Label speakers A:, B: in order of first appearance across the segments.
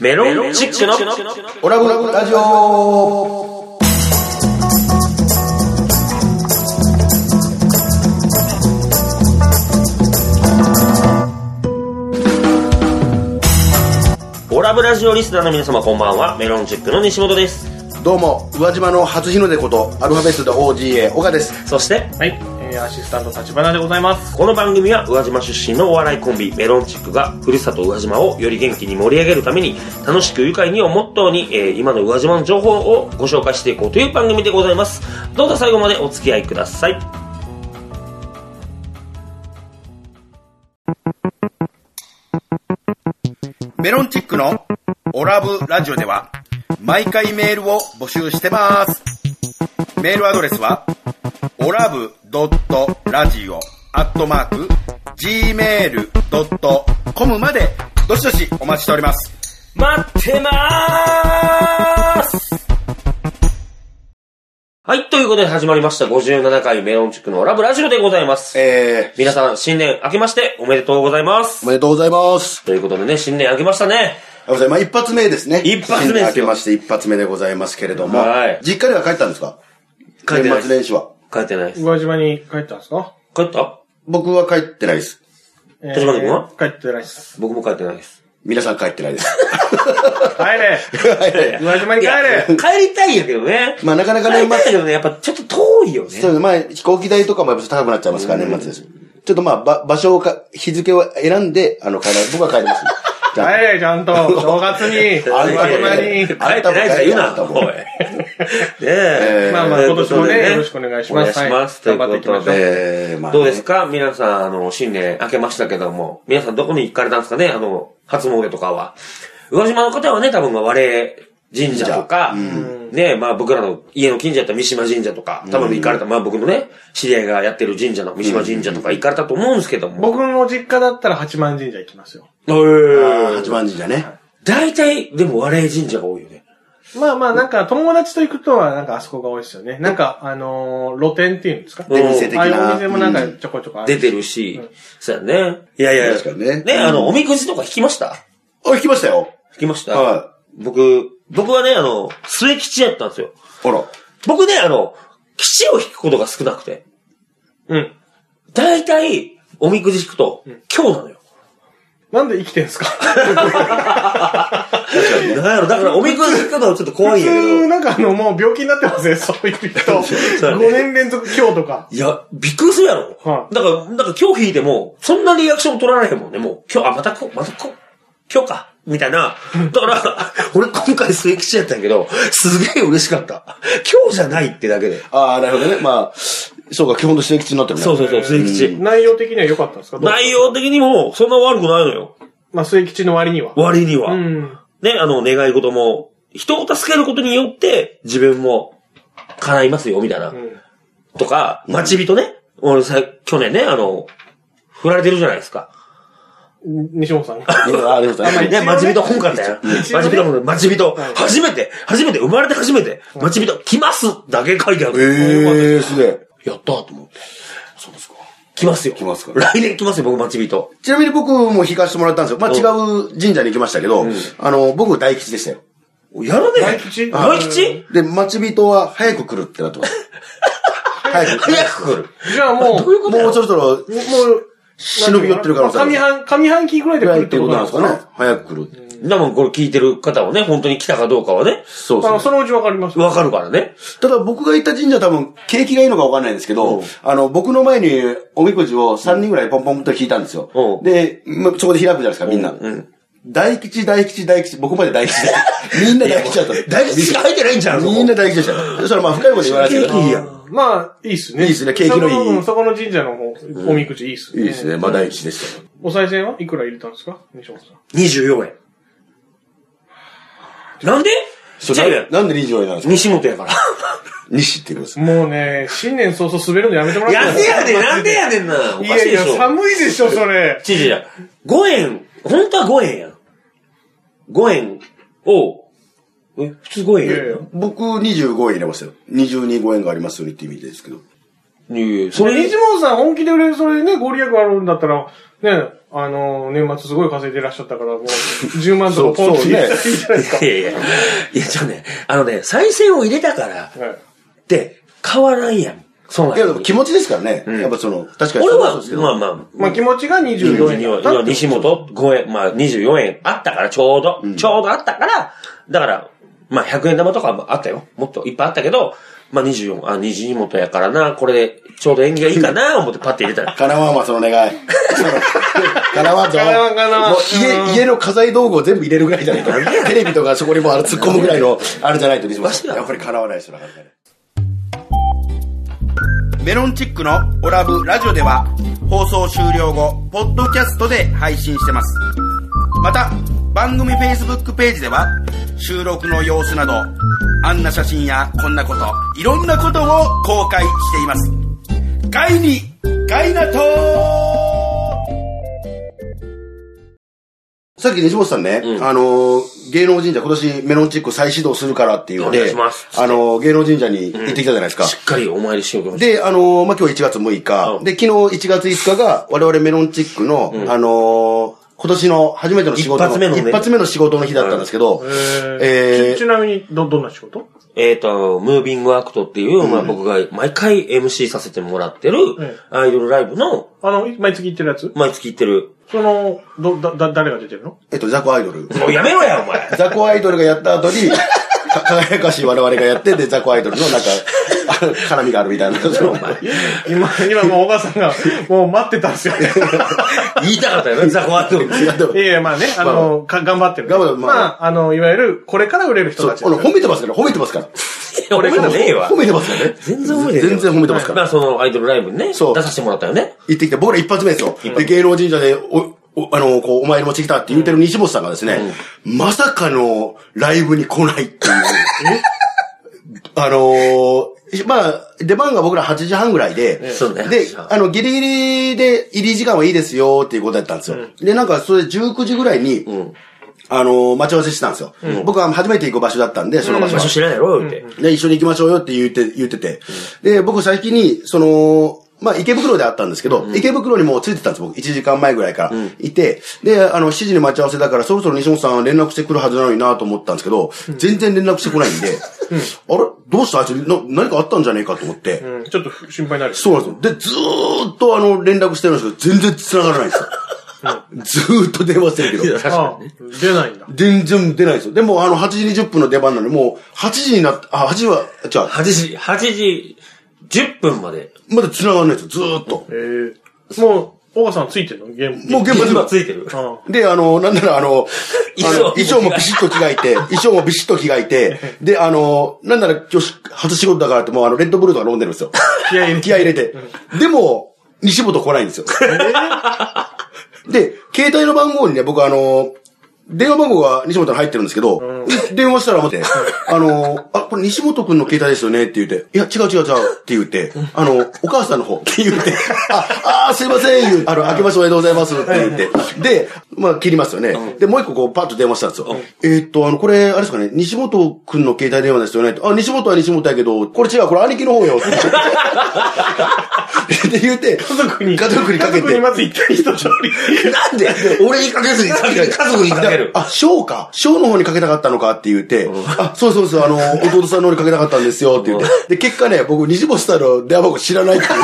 A: メロンチックの
B: オラブラブラジオ
A: オラブラジオリスナーの皆様こんばんはメロンチックの西本です
B: どうも宇和島の初日の出ことアルファベットで OGA 岡です
A: そして
C: はい、えーアシスタント立花でございます。
A: この番組は宇和島出身のお笑いコンビメロンチックがふるさと宇和島をより元気に盛り上げるために楽しく愉快にをモットーに、えー今の宇和島の情報をご紹介していこうという番組でございますどうぞ最後までお付き合いください
B: メロンチックのオラブラジオでは毎回メールを募集してますメールアドレスはオラブドットラジオアットマーク gmail.com までどしどしお待ちしております
A: 待ってまーすはい、ということで始まりました57回メロンチックのオラブラジオでございます。
B: えー、
A: 皆さん、新年明けましておめでとうございます
B: お。めでとうございます
A: ということでね、新年明けましたね。
B: ありがとうございます。まあ、一発目ですね。
A: 一発目ですよ
B: 新年明けまして一発目でございますけれども。
A: はい
B: 実家では帰ったんですか
A: 帰ってない
B: 年末年始は。
A: 帰ってないです。
C: 宇和島に帰ったんですか
A: 帰った
B: 僕は帰ってないです。
C: え
A: 立花君は
C: 帰ってないっす。
A: 僕も帰ってないです。
B: 皆さん帰ってない です。
C: 帰れ宇和島に
A: い
C: 帰れ
A: や帰りたいんやけどね。
B: まあなかなか
A: 帰
B: 年
A: りたいんや
B: 末、
A: けどね、やっぱちょっと遠いよね
B: そ。うですねまあ飛行機代とかもやっぱ高くなっちゃいますから、年末です。ちょっとまあ、ば場所をか、日付を選んで、あの、帰ら僕は帰ります。
C: 帰れちゃんと、正月に、宇
B: あ
C: 和
B: んたも
C: 島
B: ね
C: に。
A: 帰ってないとか言う
B: あ
A: な、
B: んたも
A: おい。ねえ。
C: まあまあ
A: ということで
C: 今年もねよろしくお願いしま
A: お
C: す
A: 願いします。とい
C: は
A: う
C: い
A: こと
C: 頑張っていきましょ
A: で。
B: えー、まあ、
A: どうですか皆さん、あの、新年明けましたけども、皆さんどこに行かれたんですかねあの、初詣とかは。宇和島の方はね、多分、我神社とか、ね、まあ僕らの家の近所やったら三島神社とか、多分行かれた、まあ僕のね、知り合いがやってる神社の三島神社とか行かれたと思うんですけども。
C: 僕の実家だったら八幡神社行きますよ。
A: え
B: あ
A: ー
B: ー八幡神社ね。
A: 大体、でも我神社が多いよね。
C: まあまあ、なんか友達と行くとは、なんかあそこが多いですよね。なんか、あのー露店っていうんですか
A: うん
B: 出店的
C: ああいうお
B: な。
C: 店もなん
B: う
C: かちょこちょこあ
A: 出
C: る。
A: てるし、そうやね。いやいや、
B: 確かにね
A: ね、あの、おみくじとか引きました
B: あ、聞きましたよ。
A: 引きました
B: は
A: 僕、僕はね、あの、末吉やったんですよ。
B: ほら。
A: 僕ね、あの、吉を引くことが少なくて、
C: うん。
A: 大体、おみくじ引くと、今日なのよ。
C: なんで生きてんすか
A: なんやろ、だ からおみくじ引くのはちょっと怖
C: 普
A: いんやけ
C: 通、
A: ど。
C: なんかあの、もう病気になってますね、そういう人。
A: そうだ
C: 5
A: ね
C: 年連続今日とか。
A: いや、びっくりするやろ。
C: はい
A: だから、なんか今日引いても、そんなリアクション取られへんもんね。もう、今日、あ、またこ、またこ、今日か。みたい な。だから、俺今回末吉やったんやけど、すげえ嬉しかった。今日じゃないってだけで。
B: ああ、なるほどね。まあ、そうか、基本として基地になってるね。
A: そうそうそう、末吉。
C: 内容的には良かったんですかどう
A: 内容的にも、そんな悪くないのよ。
C: まあ、末吉の割には。
A: 割には。
C: うん。
A: ね、あの、願い事も、人を助けることによって、自分も叶いますよ、みたいな。
C: うん。
A: とか、待ち人ね。俺さ、去年ね、あの、振られてるじゃないですか。
C: 西本さん。
B: いやありがとうございます。
A: ね、待ち人本館だよ。待
C: 一応
A: ち人本館、待ち人
C: はい。
A: 初めて、初めて、生まれて初めて、待ち人、来ますだけ書いてある。
B: ええー、すげえ。
A: やったーと思って。
B: そうですか。
A: 来ますよ。
B: 来ますか
A: 来年来ますよ、僕、待ち人。
B: ちなみに僕も引かせてもらったんですよ。まあ、違う神社に行きましたけど、あの、僕大吉でしたよ。
A: やるね。
C: 大吉
A: 大吉
B: で、待ち人は早く来るってなって ます。早く来る。
A: 早く来る。
C: じゃあ もう、
A: どういうことや
B: もうそろそろ
C: もう、
B: 忍び寄ってる可能性ある
C: 上半、上半期ぐらいで
B: ぐ
C: 来
B: ら
C: る
B: い
C: っ
B: って
C: て
B: こ
C: こと
B: と
C: な
B: なん
C: で
B: んですす
C: か
B: かね。早く来る。
A: 多分これ聞いてる方はね、本当に来たかどうかはね、
B: そう
C: あの、
B: です
C: そ
B: ね。
C: のうちわかります
A: わかるからね。
B: ただ僕が行った神社多分、景気がいいのかわかんないんですけど、あの、僕の前におみくじを3人ぐらいポンポンと引いたんですよ
A: う。ん
B: で、まそこで開くじゃないですか、みんな。大吉、大吉、大吉、僕まで 大吉で。みんな大吉だった。
A: 大吉しか入ってないんちゃうの
B: みんな大吉でした。それはまあ深いこと言わないですけど。
A: いいやん
C: まあ、いいっすね。
B: いいっすね景気のいい
C: そうんそこの神社の方おみくじいいっす
B: い
C: ね。
B: いですね。まあ大吉でしたよ。
C: お賽銭はいくら入れたんですか西本さん。
A: 24円。なんで
B: そ
A: じゃあ
B: れななんで理事長なんですか
A: 西本や から。
B: 西って言うんです
C: もうね、新年早々滑るのやめてもらって
A: や
C: いい
A: せ
C: ですか
A: やねん、なんでやねんな。お
C: い
A: か
C: や
A: しい
C: い
A: でし
C: や、
A: ょ。
C: 寒いでしょ、それ。
A: 違う違う。5円、本当は5円やん。5円を、え、普通5円
C: い
A: や
C: やいや
A: ん。。
B: 僕25円入れましたよ。22円がありますようにって意味ですけど。
A: いやいやそ
C: それ、
A: れ
C: 西本さん本気で売れる、それね、ご利益あるんだったら、ね、あの、年末すごい稼いでらっしゃったから、もう、10万とかポンっ
D: そう
C: て
D: そうね
C: 入れていいじゃないですか。
A: いやいや、いや、ちょっとね、あのね、再生を入れたから、
C: はい
A: って、変わらんやん。そうなん
B: いや、でも気持ちですからね。
A: ん
B: やっぱその、確かに。
A: 俺
B: そう
A: は
B: ですけ、ど
A: まあまあ、
C: まあ気持ちが24円だったってこと
A: 西本5円、まあ24円あったから、ちょうど、ちょうどあったから、だから、まあ100円玉とかもあったよ。もっといっぱいあったけど、まあ24、あ、西本やからな、これでちょうど縁起がいいかな、思ってパッて入れたら。
B: かなわんわ、その願い。かなわんぞ。
C: 叶わん叶わん
B: もう家、家の家財道具を全部入れるぐらいじゃないと。テレビとかそこにもうあれ突っ込むぐらいの、あれじゃないと、西本
A: わし
B: さ
A: ら
B: ん。やっぱりかなわないですよ、なかなかね。
D: メロンチックのオラブラジオでは放送終了後、ポッドキャストで配信してます。また、番組 Facebook ページでは収録の様子など、あんな写真やこんなこと、いろんなことを公開しています。ガイに、ガイナトー
B: さっき西本さんね、あのー、芸能神社、今年メロンチック再始動するからっていうの
A: お願い
B: で
A: します、
B: あのー、芸能神社に行ってきたじゃないですか。
A: しっかりお参りしようと思って。
B: で、あのーまあ、今日は1月6日、
A: うん
B: で、昨日1月5日が、我々メロンチックの、あのー今年の初めての仕事の
A: 一発目のね
B: 一発目の仕事の日だったんですけど、
C: え
B: え
C: ーちちなみに、ど、どんな仕事
A: えっ、と、ムービングアクトっていう、まあ僕が毎回 MC させてもらってる
C: ええ
A: アイドルライブの、
C: あの、い毎月行ってるやつ
A: 毎月行ってる。
C: その、ど、だ、だ、誰が出てる の
B: えっと、ザコアイドル。
A: もうやめろや、お 前。
B: ザコアイドルがやった 後に、か輝かしい我々がやって、で、ザコアイドルのなんか、あの絡みがある みたいな。その
C: 今、今もうお母さんが、もう待ってたんです よ。
A: 言いたかったよね、ザコアって。
B: いやでも
C: いやいや、まあね、あの、か頑張ってる。
B: 頑張ってる
C: ま
B: ま
C: あ
B: あ、
C: あの、いわゆる、これから売れる人
B: そ
C: た
B: う
C: ちですよ
B: 俺褒めてますから、褒めてますから。
A: 俺がねえわ
B: 褒。めてますからね。
A: 全然褒めてない
B: 全然褒めてますから
A: まあ、そのアイドルライブにね、出
B: そう
A: させてもらったよね。
B: 行ってきて、僕ら一発目ですよ。で、芸能神社で、お、おあの、こう、お参りもしてきたって言ってる西本さんがですね、まさかのライブに来ないっていう。あのーまあ、出番が僕ら8時半ぐらいで、
A: そうね
B: で、あの、ギリギリで入り時間はいいですよっていうことだったんですよ。で、なんか、それ19時ぐらいに、あのー待ち合わせしてたんですよ。僕は初めて行く場所だったんで、その場所
A: 場所
B: は
A: 知らないやろ、言うて。
B: で、一緒に行きましょうよって言って、言ってて。で、僕最近に、その、まあ、池袋であったんですけど、池袋にもうついてたんです、僕。1時間前ぐらいから。いて、で、あの、7時に待ち合わせだから、そろそろ西本さん連絡してくるはずなのになと思ったんですけど、全然連絡してこないんで、あれどうしたあいつな何かあったんじゃねえかと思って。
C: うん、ちょっとふ心配になる。
B: そうなんですよ。で、ずーっとあの、連絡してるんですけど、全然繋がらないんですよ。ずーっと電話してるけど。
C: ああ出ないんだ。
B: 全然出ないんですよ。でも、あの、8時20分の出番なのに、もう、8時になって、あ、8時は、じゃあ、
A: 8時、8時10分まで。
B: まだ繋がらないんですよ、ずーっと。
C: えー、もう、お母さんついてるのゲーム。
B: もう現場で
A: 今ついてる。
C: あ
B: で、あの、なんならあの、
A: 衣
B: あ
A: 装
B: の衣装もビシッと着替えて、衣装もビシッと着替えて、で、あの、なんなら今日し初仕事だからってもうあの、レッドブルとか飲んでるんです よ。
C: あ気合い入れて。
B: 気合い入れて。でも、西本来ないんですよ。で、携帯の番号にね、僕あの、電話番号が西本に入ってるんですけど、で電話したら待って、あの、あ、これ西本くんの携帯ですよねって言って、いや、違う違う違うって言って、あの、お母さんの方って言って、あ、あーすいません、言うあの、明けましておめでとうございますって言って、で、まあ、切りますよね。で、もう一個こう、パッと電話したんですよ。えーっと、あの、これ、あれですかね、西本くんの携帯電話ですよねってあ、西本は西本やけど、これ違う、これ兄貴の方 よってで言って、
C: 家族に。
B: 家族にか
C: 家
B: け
C: 族に
B: て。
C: まず一回一通り。
A: なんで俺にかけずに、家族にかける。
B: あ、翔か。翔の方にかけたかったのかって言って、あ、そうそうそう、あの、弟さんの方にかけたかったんですよって言って。で、結果ね、僕、西本さんの電話番号知らないっていう。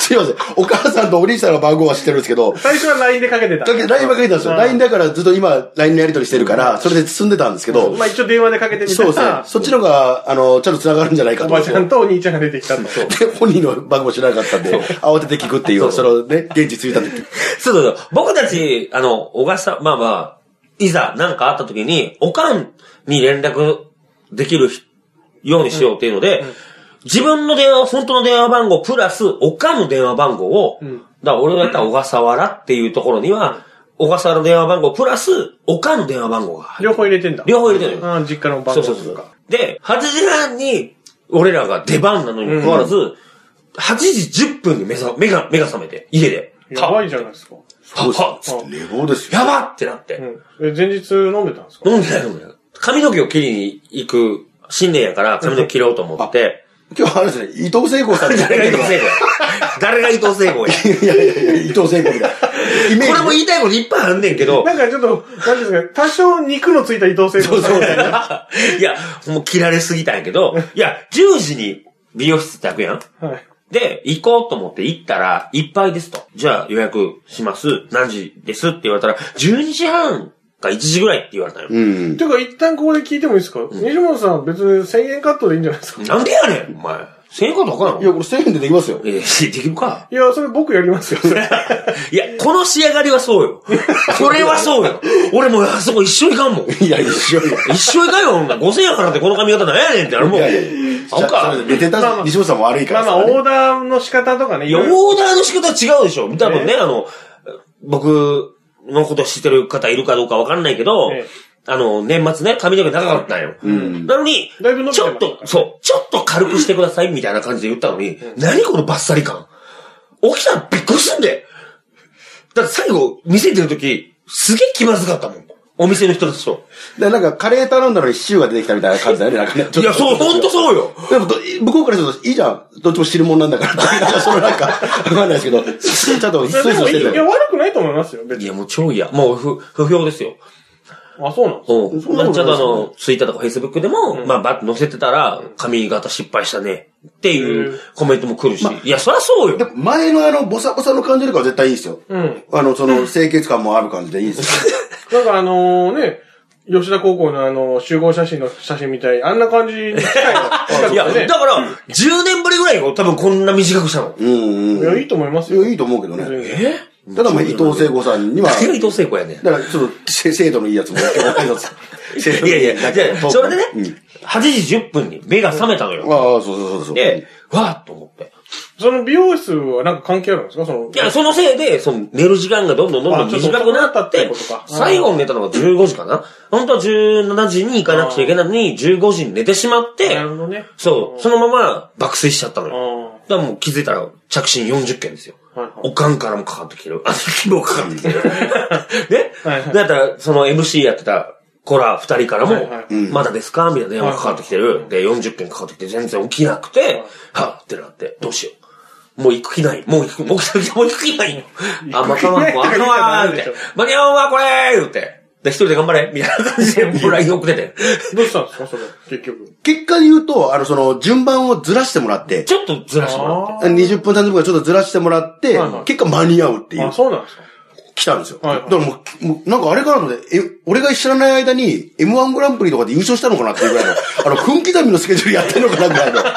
B: すいません。お母さんとお兄さんの番号は知ってるんですけど、
C: 最初は LINE でかけてた。
B: だけど LINE ばっかりだったんですよ。LINE だからずっと今、LINE のやり取りしてるから、それで進んでたんですけど、
C: まあ一応電話でかけてみた
B: そう
C: ら、
B: ですね。そっちの方が、あの、ちゃんと繋がるんじゃないか
C: お
B: と
C: ば
B: 思っ
C: ちゃん
B: て。
C: とお兄ちゃんが出てきたと。
B: で、本人の番号知らなかったんで、慌てて聞くっていう、そのね、現地着いた時。
A: そうそうそう。僕たち、あの、小笠さん、まあまあ、いざ何かあった時に、おかんに連絡できるひようにしようっていうので、自分の電話、本当の電話番号、プラス、おかんの電話番号を、
C: ん
A: だから俺がやった小笠原っていうところには、小笠原の電話番号、プラス、おかんの電話番号が入る。
C: 両方入れてんだ。
A: 両方入れてるのよ。
C: ああ、実家の番
A: そ
C: 号
A: う
C: と
A: そう
C: か。
A: そう。で、8時半に、俺らが出番なのにもかかわらず、8時10分に目さ目が、目が覚めて、家で。
C: やばいじゃないですか。
A: はは
B: 寝坊ですよ。
A: やばってなって。
C: うん。え前日飲んでたんですか
A: 飲んでない飲んでない。髪の毛を切りに行く、新年やから髪の毛切ろうと思って。
B: 今日あれですね、伊藤聖子さんみたい
A: 誰が
B: な
A: 伊藤聖子や誰が伊藤聖子や
B: いやいやいや、伊藤聖子みたいな。イメージ。
A: これも言いたいこといっぱいあんねんけ ど、
C: なんかちょっと、なんていうんですか、多少肉のついた移動性そうそう。
A: いや、もう切られすぎたんやけど、いや、10時に美容室って開くやん。
C: はい。
A: で、行こうと思って行ったら、いっぱいですと。じゃあ予約します。何時ですって言われたら、12時半か1時ぐらいって言われたよ。
B: うん。
C: ていうか、一旦ここで聞いてもいいですか、西本さん別に1000円カットでいいんじゃないですか
A: なんでやねん、お前。1000円か高いの
B: いや、これ1000円でできますよ。
A: えー、できるか。
C: いや、それ僕やりますよ、それ。
A: いや、この仕上がりはそうよ。これはそうよ。俺もうあそこ一生いかんもん。
B: いや、一緒よ。
A: 一生いかんよ、女。5000円払ってこの髪型なんやねんってなるもん。
B: いやいや
A: あんか。
B: ベテ
C: まあ
B: タ
C: まあ
B: 西本さんも悪い
C: ま
B: か
C: あ
B: ら
C: まあ、オーダーの仕方とかね、
A: いや、オ
C: いろいろ
A: ーダーの仕方は違うでしょ。多分ね、あの、僕のこと知ってる方いるかどうかわかんないけど、
C: ええ
A: あの、年末ね、髪の毛長かったんよ。
B: ん
A: なのに
C: だいぶ伸びて、ま
A: ちょ
C: したから
A: っと、そう、ちょっと軽くしてくださいみたいな感じで言ったのに、何このバッサリ感。起きたらびっくりすんで。だって最後、店出るとき、すげえ気まずかったもん。お店の人たちと。
B: だからなんか、カレー頼んだのにシチューが出てきたみたいな感じだよね、なんかね。
A: いや、そう、ほんとそうよ。
B: でもど、向こうからすると、いいじゃん。どっちも汁物なんだから。なんかそのなんか、わかんないですけど、ちゃんと、そう
C: いやで
B: そ
C: も
B: う
C: い
B: して
C: いい
B: た
C: や、
B: よ。
C: 悪くないと思いますよ、別
A: い
C: に。
A: や、もう超嫌。もう不、不評ですよ。
C: あ、そうなんですか
A: うん。
B: そん
A: ま
B: な
A: あ、
B: こと
A: ち
B: な
A: ょ
B: い
A: っ
B: で
A: とあ
B: すよね
A: の、ツイッターとかフェイスブックでも、まあ、ばっと載せてたら、髪型失敗したね。っていうコメントも来るし。いや、そりゃそうよ。
B: でも前のあの、ボサボサの感じよりかは絶対いいですよ。
C: うん。
B: あの、その、清潔感もある感じでいいです
C: な
B: よ。
C: んかあのね、吉田高校のあの、集合写真の写真みたい、あんな感じに近いの
A: いや、だから、10年ぶりぐらいよ。多分こんな短くしたの。
B: うん
C: い
B: うん。
C: や、いいと思います
B: い
C: よ。
B: やいいと思うけどね。
C: 別に
A: え
B: ただ、まあ、伊藤聖子さんには、
A: 誰が伊藤聖子やねん。
B: だから、ちょっと、せ精度のいいやつも、挨拶精 度
A: いや
B: の
A: い
B: いい
A: や、じゃあそれでね、
B: うん
A: 8時10分に目が覚めたのよ。
B: ああ、そうそうそうそう。
A: で、わーっと思って。
C: その美容室はなんか関係あるんですかその。
A: いや、そのせいで、その、寝る時間がどんどんどんどん
C: あちょっと
A: 短くなっ
C: そう
A: て
C: なったってことか、
A: 最後に寝たのが15時かな。本当は17時に行かなくちゃいけないのに、15時に寝てしまって
C: な、るほどね。
A: そう、そのまま爆睡しちゃったの
C: あ
A: よ。
C: あ。
A: だからもう気づいたら、着信40件ですよ。
C: はいはい
A: おかんからもかかってきてる。あ、 希望かかってきて る。ね
C: はいはい
A: だったら、その MC やってた、子ら二人から
C: はい
A: も
C: はい、
A: まだですかみたいな電話かかってきてる。で、40件かかってきて全然起きなくて、はぁってなって、どうしよう。もう行く気ない。もう行く、もう行く気ない。もう行く気 ないよ。あ、間に合わん、
C: 行く気ない
A: 間に合わん、って。間に合わんわ、これ言って。で、一人で頑張れみたいな感じで、もう LINE 送ってて。
C: どうしたんですかそれ、結局。
B: 結果で言うと、あの、その、順番をずらしてもらって、
A: ちょっとずらしてもらって。
C: あ
B: 20分、30分からちょっとずらしてもらって
C: はいはい、
B: 結果間に合うってい
C: あ。
B: う
C: あ、、そうなんですか
B: 来たんですよ。
C: はい
B: だ
C: は
B: か
C: い
B: らもう、もうなんかあれからのね、え、俺が知らない間に M1 グランプリとかで優勝したのかなっていうぐらいの、あの、分刻みのスケジュールやってんのかなみたいな。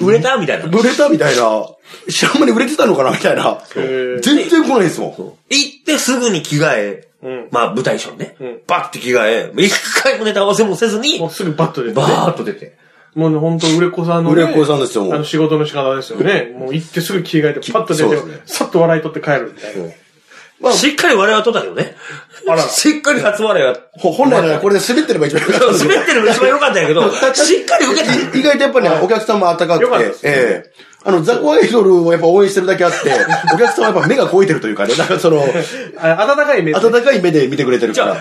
A: 売れたみたいな。
B: 売れたみたいな。知らん間に売れてたのかなみたいな。
C: へー
B: 全然来ないですもん。
A: 行ってすぐに着替え、
C: うん
A: まあ舞台衣装ね、
C: うん
A: バッて着替え、一回もネタ合わせもせずに
C: もう、すぐバッとで。
A: バーッと出て。
C: もうね、ほんと、売れっ子さんの、ね。
B: 売れっ子さんですよもう
C: あの、仕事の仕方ですよね。もう行ってすぐ着替えて、パッと出
B: そう
C: て
B: ですね、
C: さっと笑い取って帰るみたいな。
A: しっかり笑いは取ったけどね。
C: あら
A: しっかり初笑いは。
B: ほ本来ならこれで滑ってれば一番良かったんですけ ど
A: 滑ってるのが一番良かったんやけ ど、しっかり受けた。
B: い意外とやっぱりね、お客さんも温か
C: よ
B: く
C: かった
B: て
C: で、すね
B: ええあの、ザコアイドルをやっぱ応援してるだけあって、お客さんはやっぱ目が肥えてるというかね、なんかそ の、
C: あ温かい目で。
B: 温かい目で見てくれてるから。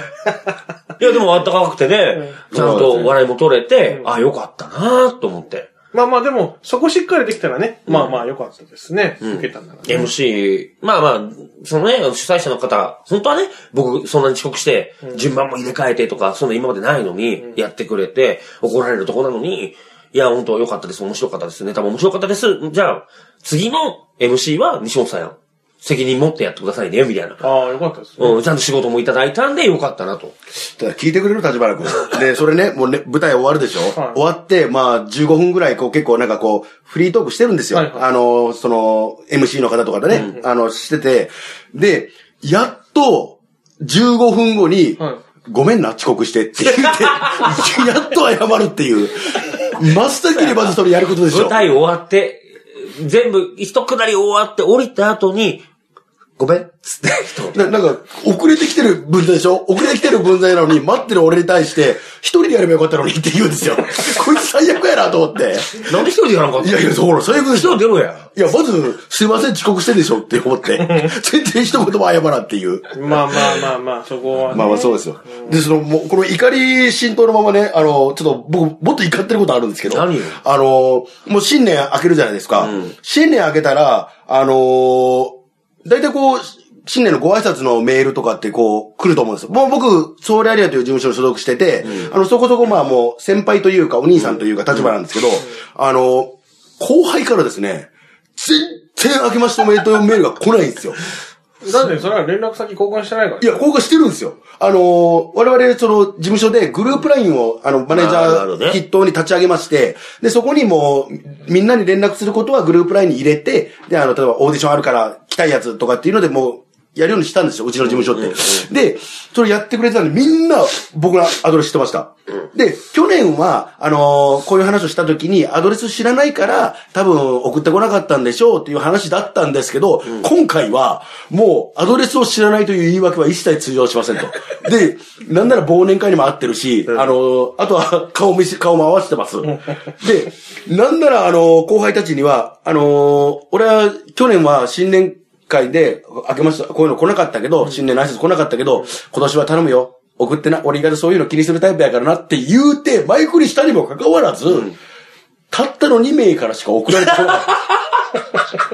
A: いや、でもあったかくてね、ちゃんと笑いも取れて、あ、よかったなと思って。
C: まあまあ、でも、そこしっかりできたらね、まあまあ、良かったですね。受けたんだから。
A: MC、まあまあ、そのね、主催者の方、本当はね、僕、そんなに遅刻して、順番も入れ替えてとか、そんな今までないのに、やってくれて、怒られるとこなのに、いや、本当良かったです、面白かったです、ネタも面白かったです、じゃあ、次の MC は西本さんや、責任持ってやってくださいね、みたいな。
C: ああ、良かったですね。
A: うん、ちゃんと仕事もいただいたんで、よかったなと。
B: ただ聞いてくれる立 花君。で、それね、もうね、舞台終わるでしょ、
C: はい
B: 終わって、まあ、15分ぐらい、こう、結構なんかこう、フリートークしてるんですよ。
C: はいはい
B: あの、その、MC の方とかでね、あの、してて。で、やっと、15分後に、
C: はい
B: ごめんな、遅刻してって言って、 やっと謝るっていう。真っ先にまずそれやることでしょ
A: 舞。台終わって、全部、一下り終わって降りた後に、ごめん、つって、一言
B: ななんか、遅れてきてる分際でしょ遅れてきてる分際なのに、待ってる俺に対して、一人でやればよかったのにって言うんですよ。こいつ最悪やなと思って。
A: なんで一人でやらんかった
B: いやいや、そうほら、最悪で
A: 一
B: しょ
A: 人出ろや。
B: いや、まず、すいません、遅刻してでしょって思 って。全然一言も謝らんっていう。
C: まあまあまあまあ、そこはね。
B: まあまあそうですよ。で、その、もう、この怒り浸透のままね、あの、ちょっと僕、もっと怒ってることあるんですけど。
A: 何よ
B: あの、もう新年明けるじゃないですか。新年明けたら、あの、大体こう、新年のご挨拶のメールとかってこう、来ると思うんですよ。もう僕、ソウルアリアという事務所に所属してて、あの、そこそこまあもう、先輩というか、お兄さんというか立場なんですけど、あの、後輩からですね、全然明けましておめでとうメールが来ないんですよ。
C: なんで、それは連絡先交換してないから。
B: いや、交換してるんですよ。あのー我々、その、事務所でグループラインを、あの、マネージ
A: なるほ
B: ャ
A: どね
B: ー筆頭に立ち上げまして、で、そこにもう、みんなに連絡することはグループラインに入れて、で、あの、例えばオーディションあるから来たいやつとかっていうので、もう、やるようにしたんですよ、うちの事務所って。で、それやってくれてたんで、みんな僕のアドレス知ってました。で、去年は、あのーこういう話をした時に、アドレス知らないから、多分送ってこなかったんでしょうっていう話だったんですけど、今回は、もう、アドレスを知らないという言い訳は一切通用しませんと。で、なんなら忘年会にも合ってるし、あのーあとは顔見し、顔も合わせてます。で、なんなら、あのー後輩たちには、あのー俺は、去年は新年会で、明けました、こういうの来なかったけど、新年の挨拶来なかったけど、今年は頼むよ。送ってな、俺意外とそういうの気にするタイプやからなって言うて、マイクにしたにもかかわらず、たったの2名からしか送られてこない。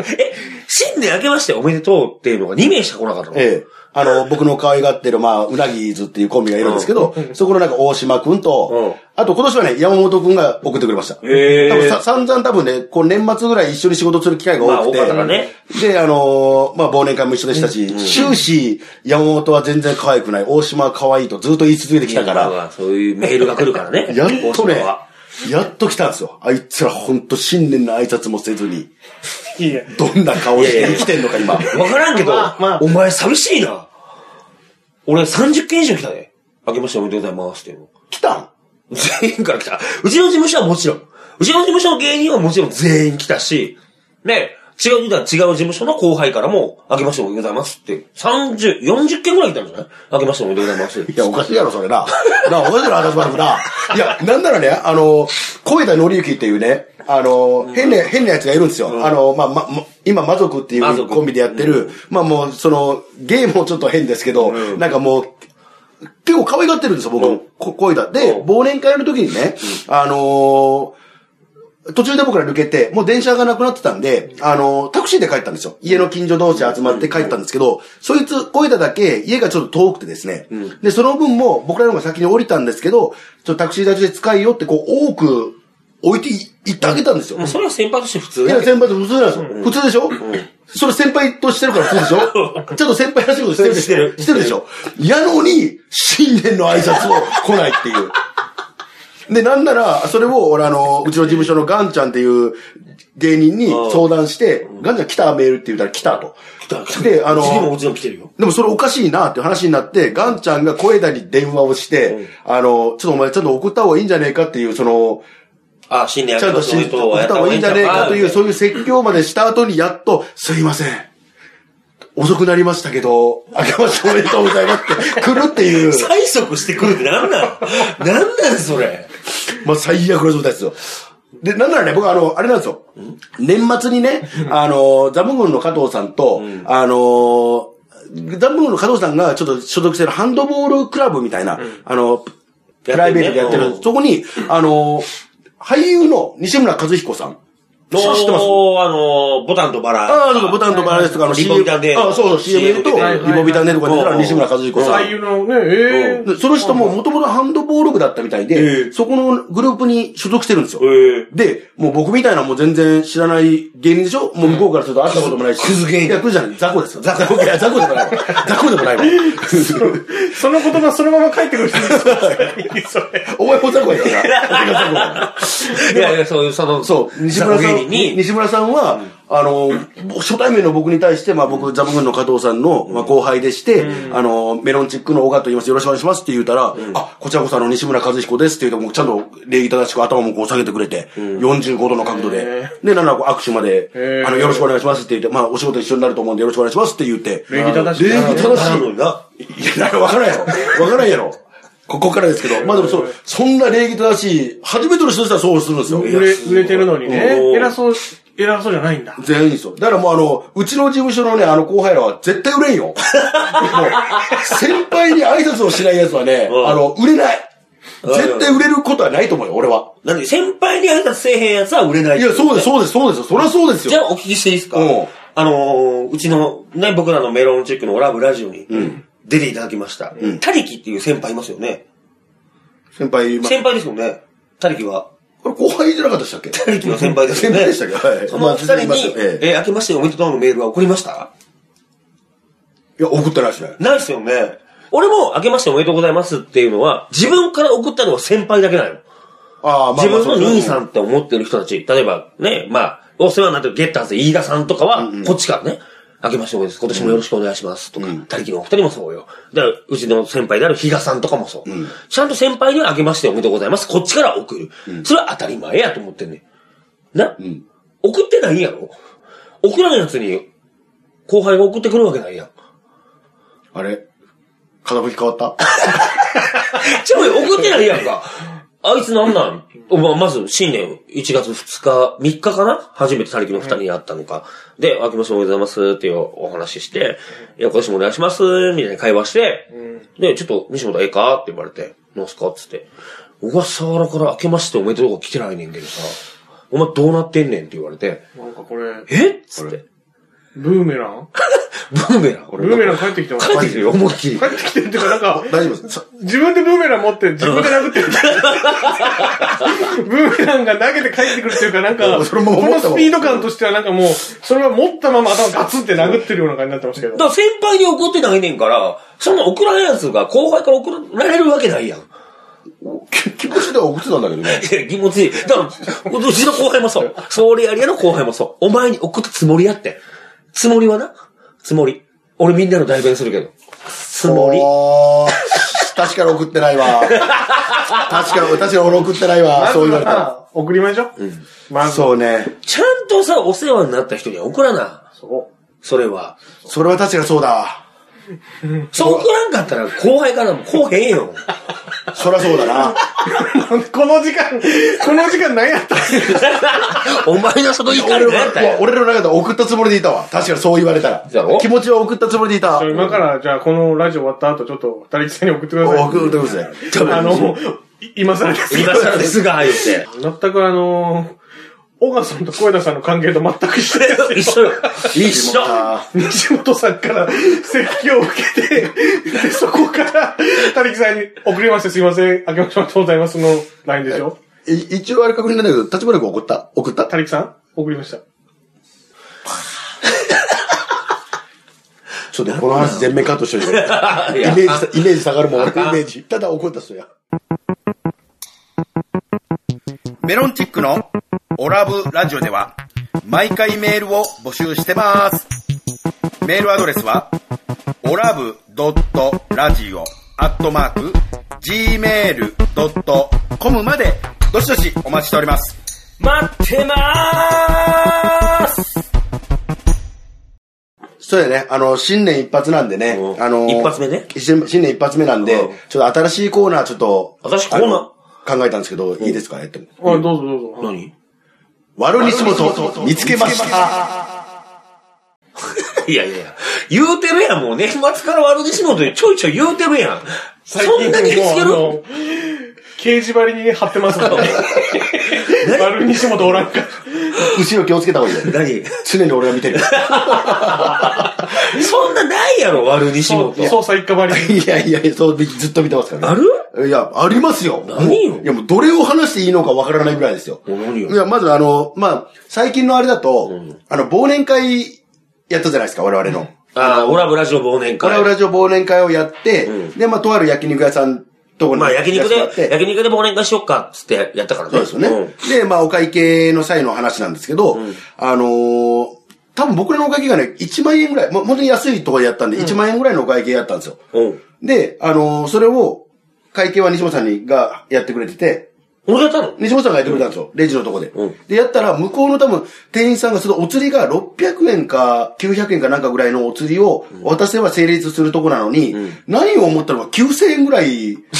A: え、新年明けましておめでとうっていうのが2名しか来なかったの
B: ええ。あの、僕の可愛がってる、まあ、うなぎーずっていうコンビがいるんですけど、そこのなんか大島くんと、あと今年はね、山本くんが送ってくれました。
A: へー
B: 多分さ散々多分ね、こう年末ぐらい一緒に仕事する機会が多くて。
A: まあ多かったからね
B: で、あのーまあ、忘年会も一緒でしたし、終始、山本は全然可愛くない、大島は可愛いとずっと言い続けてきたから、
A: ら。そういうメールが来るからね。
B: やっ
A: 大
B: と
A: 島
B: ね
A: は、
B: やっと来たんですよ。あいつらほんと新年の挨拶もせずに、
C: いや。
B: どんな顔して生きてんのか今。
A: わからんけど、
C: まあまあ
A: お前寂しいな。俺30件以上来たで。明けましておめでとうございますっていうの。
B: 来たん
A: 全員から来た。うちの事務所はもちろん。うちの事務所の芸人はもちろん全員来たし、ね、違う、違う事務所の後輩からも、明けましておめでとうございますって、30、40件ぐらい来たんじゃない明けましておめでとうございます。
B: いや、おかしいやろ、それな。な、おかしいやろ、私丸もな。いや、なんならね、あの、小枝紀之っていうね、あの、変な、変なやつがいるんですよ。あの、まあ、ま、ま今、魔族ってい
A: 魔
B: う
A: 族
B: コンビでやってる、まあもう、その、ゲームもちょっと変ですけど、なんかもう、結構可愛がってるんですよ、僕、こ小枝。で、忘年会の時にね、あのー途中で僕ら抜けて、もう電車がなくなってたんで、あの、タクシーで帰ったんですよ。家の近所同士集まって帰ったんですけど、そいつ、小枝だけ家がちょっと遠くてですね、で、その分も僕らの方が先に降りたんですけど、ちょっとタクシー立ちで使いよって、こう、多く置いてい行ってあげたんですよ。
A: まあそれは先輩として普通
B: い
A: だ
B: や、
A: けど。
B: 先輩と普通なんですよ。普通でしょ、それ先輩としてるから普通でしょちょっと先輩らしいことしてるでしょ
A: してる
B: してるでしょやのに、新年の挨拶を来ないっていう。で、なんなら、それを、俺あの、うちの事務所のガンちゃんっていう芸人に相談して、ガンちゃん来たメールって言ったら来たと。で、あの、
A: 次ももちろん来てるよ。
B: でもそれおかしいなっていう話になって、ガンちゃんが小枝に電話をして、あの、ちょっとお前ちょっと送った方がいいんじゃねえかっていう、その、
A: あ、新年明
B: ちゃ
A: け
B: ん
A: ま
B: と
A: してお
B: 信
A: め
B: じ
A: で
B: た
A: と
B: 方
A: うはやった方が
B: がい
A: い
B: い
A: い
B: ん
A: ん
B: じ
A: じ
B: ゃ
A: ゃね
B: ねえ
A: え
B: か
A: か
B: と
A: と
B: い、
A: いうう。
B: そういう説教までした後にやっと、すいません。遅くなりましたけど、明けましておめでとうございますって、来るって いう、
A: 催促してくるってなんなんなんなんそれ。
B: まあ最悪の状態ですよ。で、なんならね、僕あの、あれなんですよ。年末にね、あの、ザブングルの加藤さんと、あの、ザブングルの加藤さんがちょっと所属してるハンドボールクラブみたいな、あの、プライベートでやって
A: やってる
B: る、
A: ね
B: そこに、あの、俳優の西村和彦さん。知ってます
A: おーあのー、ボタンとバラ。
B: ああ、そうそう、ボタンとバラですとか、あの、
A: リボビタンで
B: CM ああ、そうそう、CM やると、
A: はいはい
C: はい
B: リボビタンでとか出たら西村和彦さ
C: 俳
B: ん。
C: 優のね、ええ
B: でその人ももともとハンドボール部だったみたい
A: え
B: で、
A: え
B: そこのグループに所属してるんですよ。
A: ええ
B: で、もう僕みたいなもう全然知らない芸人でしょもう向こうからすると会ったこともないし。
A: クズ芸人
B: いや、クズじゃない。雑魚ですよ。雑魚。いや、雑魚でもないわ。雑魚でも ないわ。
C: その言葉そのまま返ってくる人ですよそれ。
B: お前も雑魚や から。俺が雑魚やから
A: いやいや、そういう、その、
B: そう、西村さ
A: 芸
B: ん、
A: 人に、
B: 西村さんは、あの、初対面の僕に対して、まあ僕、ザブ軍の加藤さんの、まあ、後輩でして、あの、メロンチックの小川と言います、よろしくお願いしますって言うたら、あ、こちらこそあの、西村和彦ですって言うと、もうちゃんと礼儀正しく頭もこう下げてくれて、45度の角度で、で、なんならこう握手まで
C: へ、ー
B: あの、よろしくお願いしますって言って、まあお仕事一緒になると思うんでよろしくお願いしますって言って、
C: 礼儀正し
B: 礼
C: い
B: 儀
C: な
B: 正
A: な
B: し
A: る
B: い
A: の。にな。
B: いや、なんかわからんやろ。わからんやろ。ここからですけど、まあでもそう、そんな礼儀正しい、初めての人としてはそうするんですよ。
C: 売れ、売れてるのにね
A: うん。
C: 偉そう、偉そうじゃないんだ。
B: 全員そう。だからもうあの、うちの事務所のね、あの後輩らは絶対売れ んよ。もう先輩に挨拶をしない奴はね、
A: うん
B: あの、売れない。
A: うん
B: 絶対売れることはないと思うよ、俺は。
A: なんで、先輩に挨拶せえへんやつは売れない。
B: いや、そうです、そうです、そうですよ。そりゃそうです
A: じゃ
B: よ。
A: あお聞きしていいですか
B: うん
A: あのーうちの、ね、僕らのメロンチックのオラブラジオに
B: うん。
A: 出ていただきました。
B: うん
A: タリキっていう先輩いますよね。
B: 先輩、ま
A: 先輩ですよね。タリキは。
B: これ後輩じゃなかったでしたっけ
A: タリキの先輩ですよね。
B: 先輩でしたっけはい
A: そのお二人
B: まあ全然います
A: に
B: よ、え
A: えー明けましておめでとうのメールは送りました
B: いや、送ってないですね。
A: ないですよね。俺も明けましておめでとうございますっていうのは、自分から送ったのは先輩だけなの。
B: ああ、
A: 自分の兄さ
B: ん。
A: んって思ってる人たち、例えばね、まあ、お世話になってるゲッターズ、飯田さんとかは、こっちからね、明けましておめでとうです。今年もよろしくお願いします。とか、他力のお二人もそうよ。だから、うちの先輩である比嘉さんとかもそう。ちゃんと先輩には明けましておめでとうございます。こっちから送る。それは当たり前やと思ってんねん。な、送ってないやろ送らんやつに、後輩が送ってくるわけないやん。
B: あれ風向き変わった
A: ちょい送ってないやんか。あいつなんなんお前まず、新年1月2日、3日かな初めて他力の2人に会ったのか。で、明けましておめでとうございますっていうお話しして、いや、今年もお願いします、みたいな会話して、で、ちょっと、西本ええかって言われて、なんすかっつって。小笠原から明けましておめでとうが来てないねんけどさ、お前どうなってんねんって言われて、
C: なんかこれ、
A: えっつって。
C: ブーメラン
A: ブーメラン、俺。
C: ブーメラン帰ってきても
A: 帰ってきてるよ、思いっきり
C: 帰。ってきてるっていうか、なんか、
B: 大丈夫 です。さ
C: 自分でブーメラン持って自分で殴って る。ブーメランが投げて帰ってくるっていうか、なんか、
B: そのまま
C: こ
B: 持
C: の
B: った
C: ス
B: まま
C: ピード感としてはなんかもう、それは持ったまま頭ガツンって殴ってるような感じになってますけど
A: だ か。ら先輩に怒ってないねんから、そんな送られんやつが後輩から送られるわけないやん。
B: き気持ちでは送ってたんだけどね。
A: いや、気持ちいい。だから、うちの後輩もそう。ソーリアリアの後輩もそう。お前に送ったつもりやって。つもりはなつもり。俺みんなの代弁するけど。つもり。
B: おー確かに送ってないわ。確かに、確かに俺送ってな いわ。そう言われたら。
C: まずは送りましょう。まずは、
B: そうね。
A: ちゃんとさ、お世話になった人には送らな。
C: そ
A: それは。
B: それは確かにそうだわ。
A: そう送らんかったら後輩からも来へんよ。
B: そりゃそうだな。
C: う。 この時間、この時間何やったんですか
A: お前のその怒り
B: 俺
A: の
B: の
A: やったよ。
B: 俺の中では送ったつもりでいたわ。確かにそう言われたら
A: だろ。
B: 気持ちは送ったつもりでいた。送
C: 今から、じゃあこのラジオ終わった後、ちょっと、たりきさんに送ってください。
B: ってください。
C: あの、い今更です。
A: 今更ですが、言 って。。
C: 全くあのー、小川さんと小枝さんの関係と全く一緒です
A: 一緒よ。一緒。
B: あ
C: 西本さんから説教を受けて、でそこから、たりきさんに送りましてすいません、明けましておめでとうございますの LINE でしょ
B: い一応あれ確認なんだけど、立花君送った送った
C: たりきさん送りました。
B: ちょっとこの話全面カットしてるイ
A: い
B: メ
A: や
B: ージ、イメージ下がるもん、俺のイメージ。ただ怒った人や。
D: メロンチックのオラブラジオでは毎回メールを募集してます。メールアドレスはオラブドットラジオアットマーク gmail.com までどしどしお待ちしております。
A: 待ってまーす
B: そうやね。あの、新年一発なんでね
A: う。ん
B: あの、
A: 一発目ね
B: 新新年一発目なんで
A: うん、
B: ちょっと新しいコーナーちょっと。
A: 新しいコーナー
B: あの考えたんですけど、いいですかねって。
C: あ、どうぞどうぞ。
A: 何
B: 悪西本、見つけました。
A: いやいやいや、言うてるやん、もう年末から悪口のことちょいちょい言うてるやん。そんなに見つける
C: もうあの掲示針にね貼ってます からね。丸西本おらんか。
B: 後ろ気をつけた方がいいよ。
A: 何
B: 常に俺が見てる。
A: そんなないやろ、悪西
C: そ
A: 本
C: う、。捜査一課ばりに。
B: いやいやいや、そう、ずっと見てますからね。
A: ある
B: いや、ありますよ。
A: 何よ
B: もういや、もうどれを話していいのかわからないぐらいですよ。
A: お何よ
B: いや、まずあの、まあ、最近のあれだと、あの、忘年会やったじゃないですか、我々の。
A: ああ、オラブラジオ忘年
B: カラ
A: 会
B: オ。ラジオ忘年会をやって、
A: う
B: で、まあ、とある焼肉屋さんとこに
A: まあ焼肉
B: やって
A: で、焼肉で忘年会しよっか、つってやったからね。
B: そうですよね。
A: ん
B: で、まあ、お会計の際の話なんですけど、あのー多分僕らのお会計がね、1万円ぐらい、もう本当に安いところでやったんで、1万円ぐらいのお会計やったんですよ。
A: うん。
B: で、あのーそれを、会計は西本さんにがやってくれてて、
A: 俺がやったの
B: 西本さんがやってくれたんですよ。レジのとこで。
A: うん
B: で、やったら、向こうの多分、店員さんがそのお釣りが600円か900円かなんかぐらいのお釣りを渡せば成立するとこなのに、何を思ったのか9000円ぐ らい、向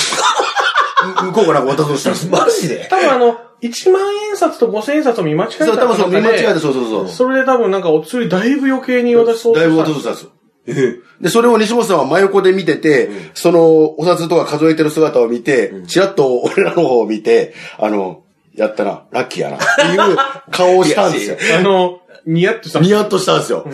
B: こうがなんか渡そうとしたんですよ。
A: マジで
C: 多分あの、1万円札と5000円札を見間違えた
B: そう、多分そう、見間違え
C: た
B: て、そうそうそう。
C: それで多分なんかお釣りだいぶ余計に渡しそうと
B: だいぶ
C: し
B: 落
C: た
B: としたんですよ。で、それを西本さんは真横で見てて、その、お札とか数えてる姿を見て、ちらっと俺らの方を見て、あの、やったな、ラッキーやな、っていう顔をしたんですよ。
C: あの、ニヤッとした。
B: ニヤッとしたんですよ。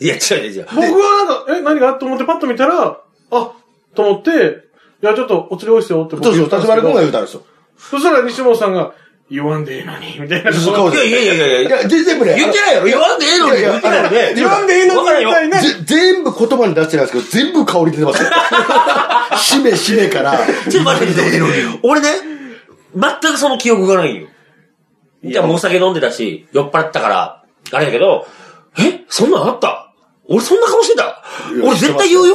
A: いや、違う違う違う。
C: 僕はなんか、え、何があと思ってパッと見たら、あ、と思って、いや、ちょっとお釣り多いっすよって僕
B: そうそ
C: 言
B: う、
C: っ
B: 立
C: たん
B: 花
C: ですけ
B: 君
C: ど
B: が言うたんですよ。
C: そしたら西本さんが、言わんでええのに、みたいな。
B: そう顔
A: い
B: で
A: や
B: す。
A: いやいやいやい
B: い
A: や。
B: や、全部ね、
A: 言ってないやろ言わんでええのに
B: いやいや
A: 言ってないよね。
B: 言わん
C: でええのに
A: わからんよ
C: みたいな
B: ぜ全部言葉に出してないですけど、全部香り出てますよ。しめしめから。
A: ちょっと待って待って待って俺ね、全くその記憶がないんよ。じゃあもうお酒飲んでたし、酔っ払ったから、あれだけど、えそんなんあった俺そんな顔してた
B: いや
A: 俺絶対言うよ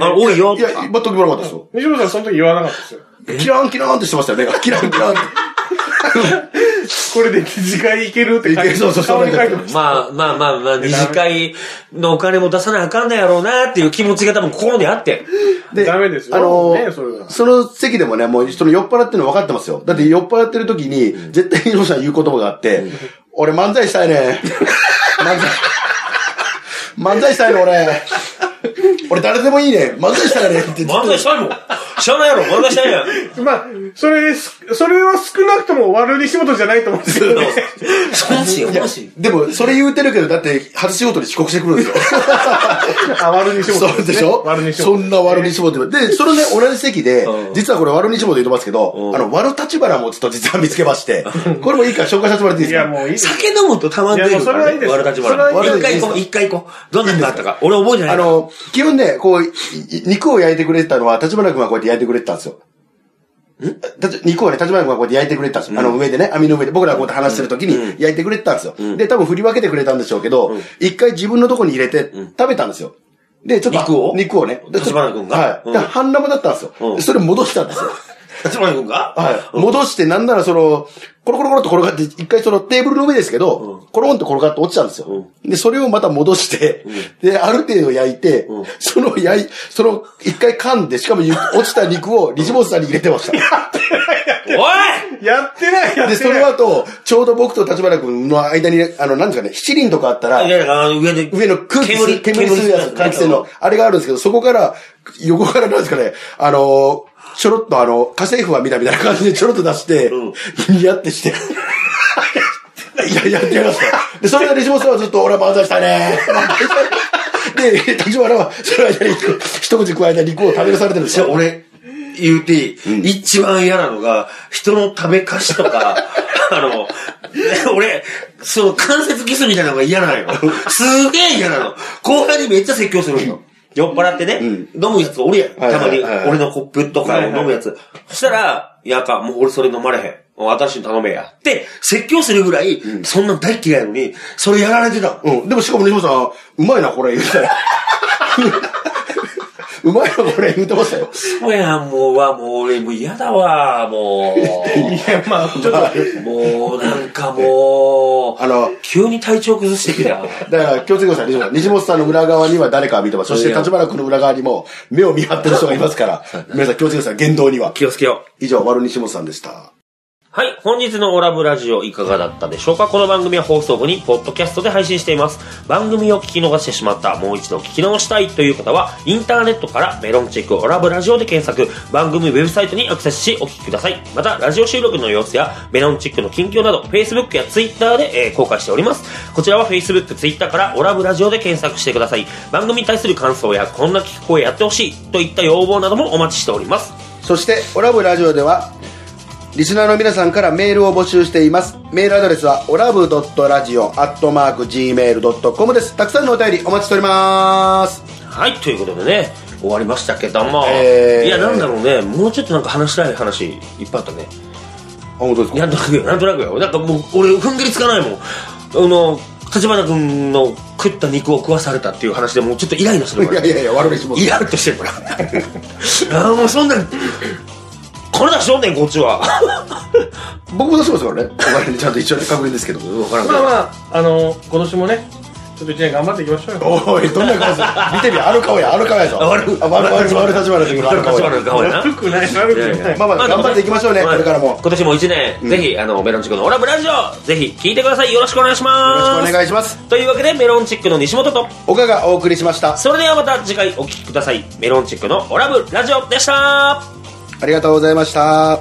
A: あの、俺言わん
B: いや、全く言わなかったですよ。
C: 西本さんその時言わなかったですよ。
B: キランキランってしてましたよね。キランキランって。
C: これで次回いけるって書いて、
B: そうそうそう
C: 顔に書いてました。
A: まあまあまあまあ、二次会のお金も出さなあかんのやろうなっていう気持ちが多分心にあって。
B: で
C: ダメですよ
B: あの
C: ねそれは
B: その席でもね、もうその酔っ払ってるの分かってますよ。だって酔っ払ってる時に、絶対ヒロさん言う言葉があって、俺漫 才したいね。漫才。漫才したいの俺。俺誰でもいいね。漫才したいねって言って。
A: 漫才したいもんしゃあないやろ漫才したいやん
C: まあ、それ、それは少なくとも悪い仕事じゃないと思うんですけどね。
A: そうなんですよ、
B: いや
A: マジ。
B: でも、それ言うてるけど、だって、初仕事に遅刻してくるんですよ。
C: あ、悪い仕事、ね。
B: そうでしょ
C: 悪い仕
B: そ
C: 事。
B: んな悪西本で、それね、同じ席で、実はこれ悪西本言ってますけど、あの、悪立花もちょっと実は見つけまして、これもいいから紹介させてもらっていい
C: い
B: です
C: や、
B: か
C: もういいです。
A: 酒飲むとたまんで
C: い
A: る
C: やもうそれはいいです
A: 悪立場
C: それはいい
B: です
A: 一回行こう、一回行こう。どんなのがあったか。俺覚えてない。
B: あ、の、基本ね、こう、いい肉を焼いてくれてたのは、立花君がこうやって焼いてくれてたんですよ。たち肉をね、立花君がこうやって焼いてくれてたんですよ。あの上でね、網の上で僕らがこうやって話してる時に焼いてくれてたんですよ。で、多分振り分けてくれたんでしょうけど、一回自分のとこに入れて食べたんですよ。で、ちょっと。
A: 肉を
B: 肉をね。で
A: 立花君が
B: はい。
A: うん
B: で、半生だったんです
A: う
B: よ。
A: ん
B: それ戻したんですよ。
A: 立場君が
B: はい。戻して、なんならその、コロコロコロと転がって、一回そのテーブルの上ですけど、コロンと転がって落ちたんですよ。で、それをまた戻して、で、ある程度焼いて、その焼い、その、一回噛んで、しかもゆ落ちた肉を西本さんに入れてました。
A: お
C: やってない、や
B: で、
C: って
B: そ
C: ない。
B: の後、ちょうど僕と立花君の間に、あの、なんですかね、七輪とかあったら
A: いい、やいや、あの上で。
B: 上の空気吸
A: 煙、
B: う、煙するやつ、換気扇の。、あれがあるんですけど、そこから、横からなんですかね、あのー、ちょろっとあの、家政婦は見たみたいな感じでちょろっと出して、ニヤってして。いや、やってやりました。で、それが西本さんはずっと、俺は漫才したねで、立花は、その間に一口加えた肉を食べされてるんです
A: じゃあ
B: よ。
A: 俺、言うていい、一番嫌なのが、人の食べかしとか、 あの、俺、その関節キスみたいなのが嫌なのよ。すげえ嫌なの。後輩にめっちゃ説教するのよ。酔っ払ってね、飲むやつおるやん。
B: はい
A: たまに、
B: はいはいはい
A: 俺のコップとかを飲むやつ。そしたら、いやあかん、もう俺それ飲まれへん。もう私に頼めや。って、説教するぐらい、そんなん大嫌いなのに、それやられてたの。
B: うん。でもしかも西本さんは、うまいな、これ、言うてた ら。うまいな、これ、言うてましたよ。
A: そうやん、もう、わ、もう俺、もう嫌だわ、もう。
C: いや、まあ、ちょっと、
A: もう、なんかもう、
B: あの、
A: 急に体調崩してきた。
B: だから、気をつけてください、西本さん。西本さんの裏側には誰かが見てます。そして、立花君の裏側にも、目を見張ってる人がいますから、 皆さん気をつけてください、言動には。
A: 気をつけよう。
B: 以上、悪西本さんでした。
A: はい。本日のオラブラジオいかがだったでしょうかこの番組は放送後にポッドキャストで配信しています。番組を聞き逃してしまった、もう一度聞き直したいという方は、インターネットからメロンチェックオラブラジオで検索、番組ウェブサイトにアクセスしお聞きください。また、ラジオ収録の様子やメロンチェックの近況など、Facebook や Twitter で、えー公開しております。こちらは Facebook、Twitter からオラブラジオで検索してください。番組に対する感想や、こんな聞く声やってほしいといった要望などもお待ちしております。
B: そして、オラブラジオでは、リスナーの皆さんからメールを募集しています。メールアドレスは、オラブドットラジオアットマーク Gmail.com です。たくさんのお便りお待ちしております。
A: はい、ということでね、終わりましたけども、
B: えー
A: いや、なんだろうね、もうちょっとなんか話したい話いっぱいあったね。
B: あ、本当です
A: なんとなくよ、なんとなくよ。なんかもう、俺、踏ん切りつかないもん。あの、立花君の食った肉を食わされたっていう話でもうちょっとイライラする
B: い
A: から
B: やいやいや、悪西本
A: イ
B: さ
A: ラッとしてるからあーもうそんなんこれだしとんねんこっちは
B: ん。僕も出しますからね。お金にちゃんと一緒に確認ですけど。
A: 分からんけ
C: ま
A: ど
C: あまあ、あの、今年もね、ちょっと一年頑張っていきましょうよ。
B: おい、どんな顔する見てみ、ある顔や、ある顔やぞ。
A: あ悪い
B: あ 悪い悪い悪い立場の時のある顔
A: 立
B: や
A: 花。君かわいいな
C: 悪くない、悪
A: い
C: く
A: やい
C: な
A: や
C: い。
B: まあまあ、頑張っていきましょうね、
A: ま
B: こ
A: あ
B: れからも。よ
A: 今年も1年、ぜひあのメロンチックのオラブラジオぜひ聞いてくださいよろしくお願いし
B: ろ
A: ます
B: しくお願いします。
A: というわけでメロンチックの西本と
B: 岡がお送りしました。
A: それではまた次回お聴きくださいメロンチックのオラブラジオでした
B: ありがとうございました。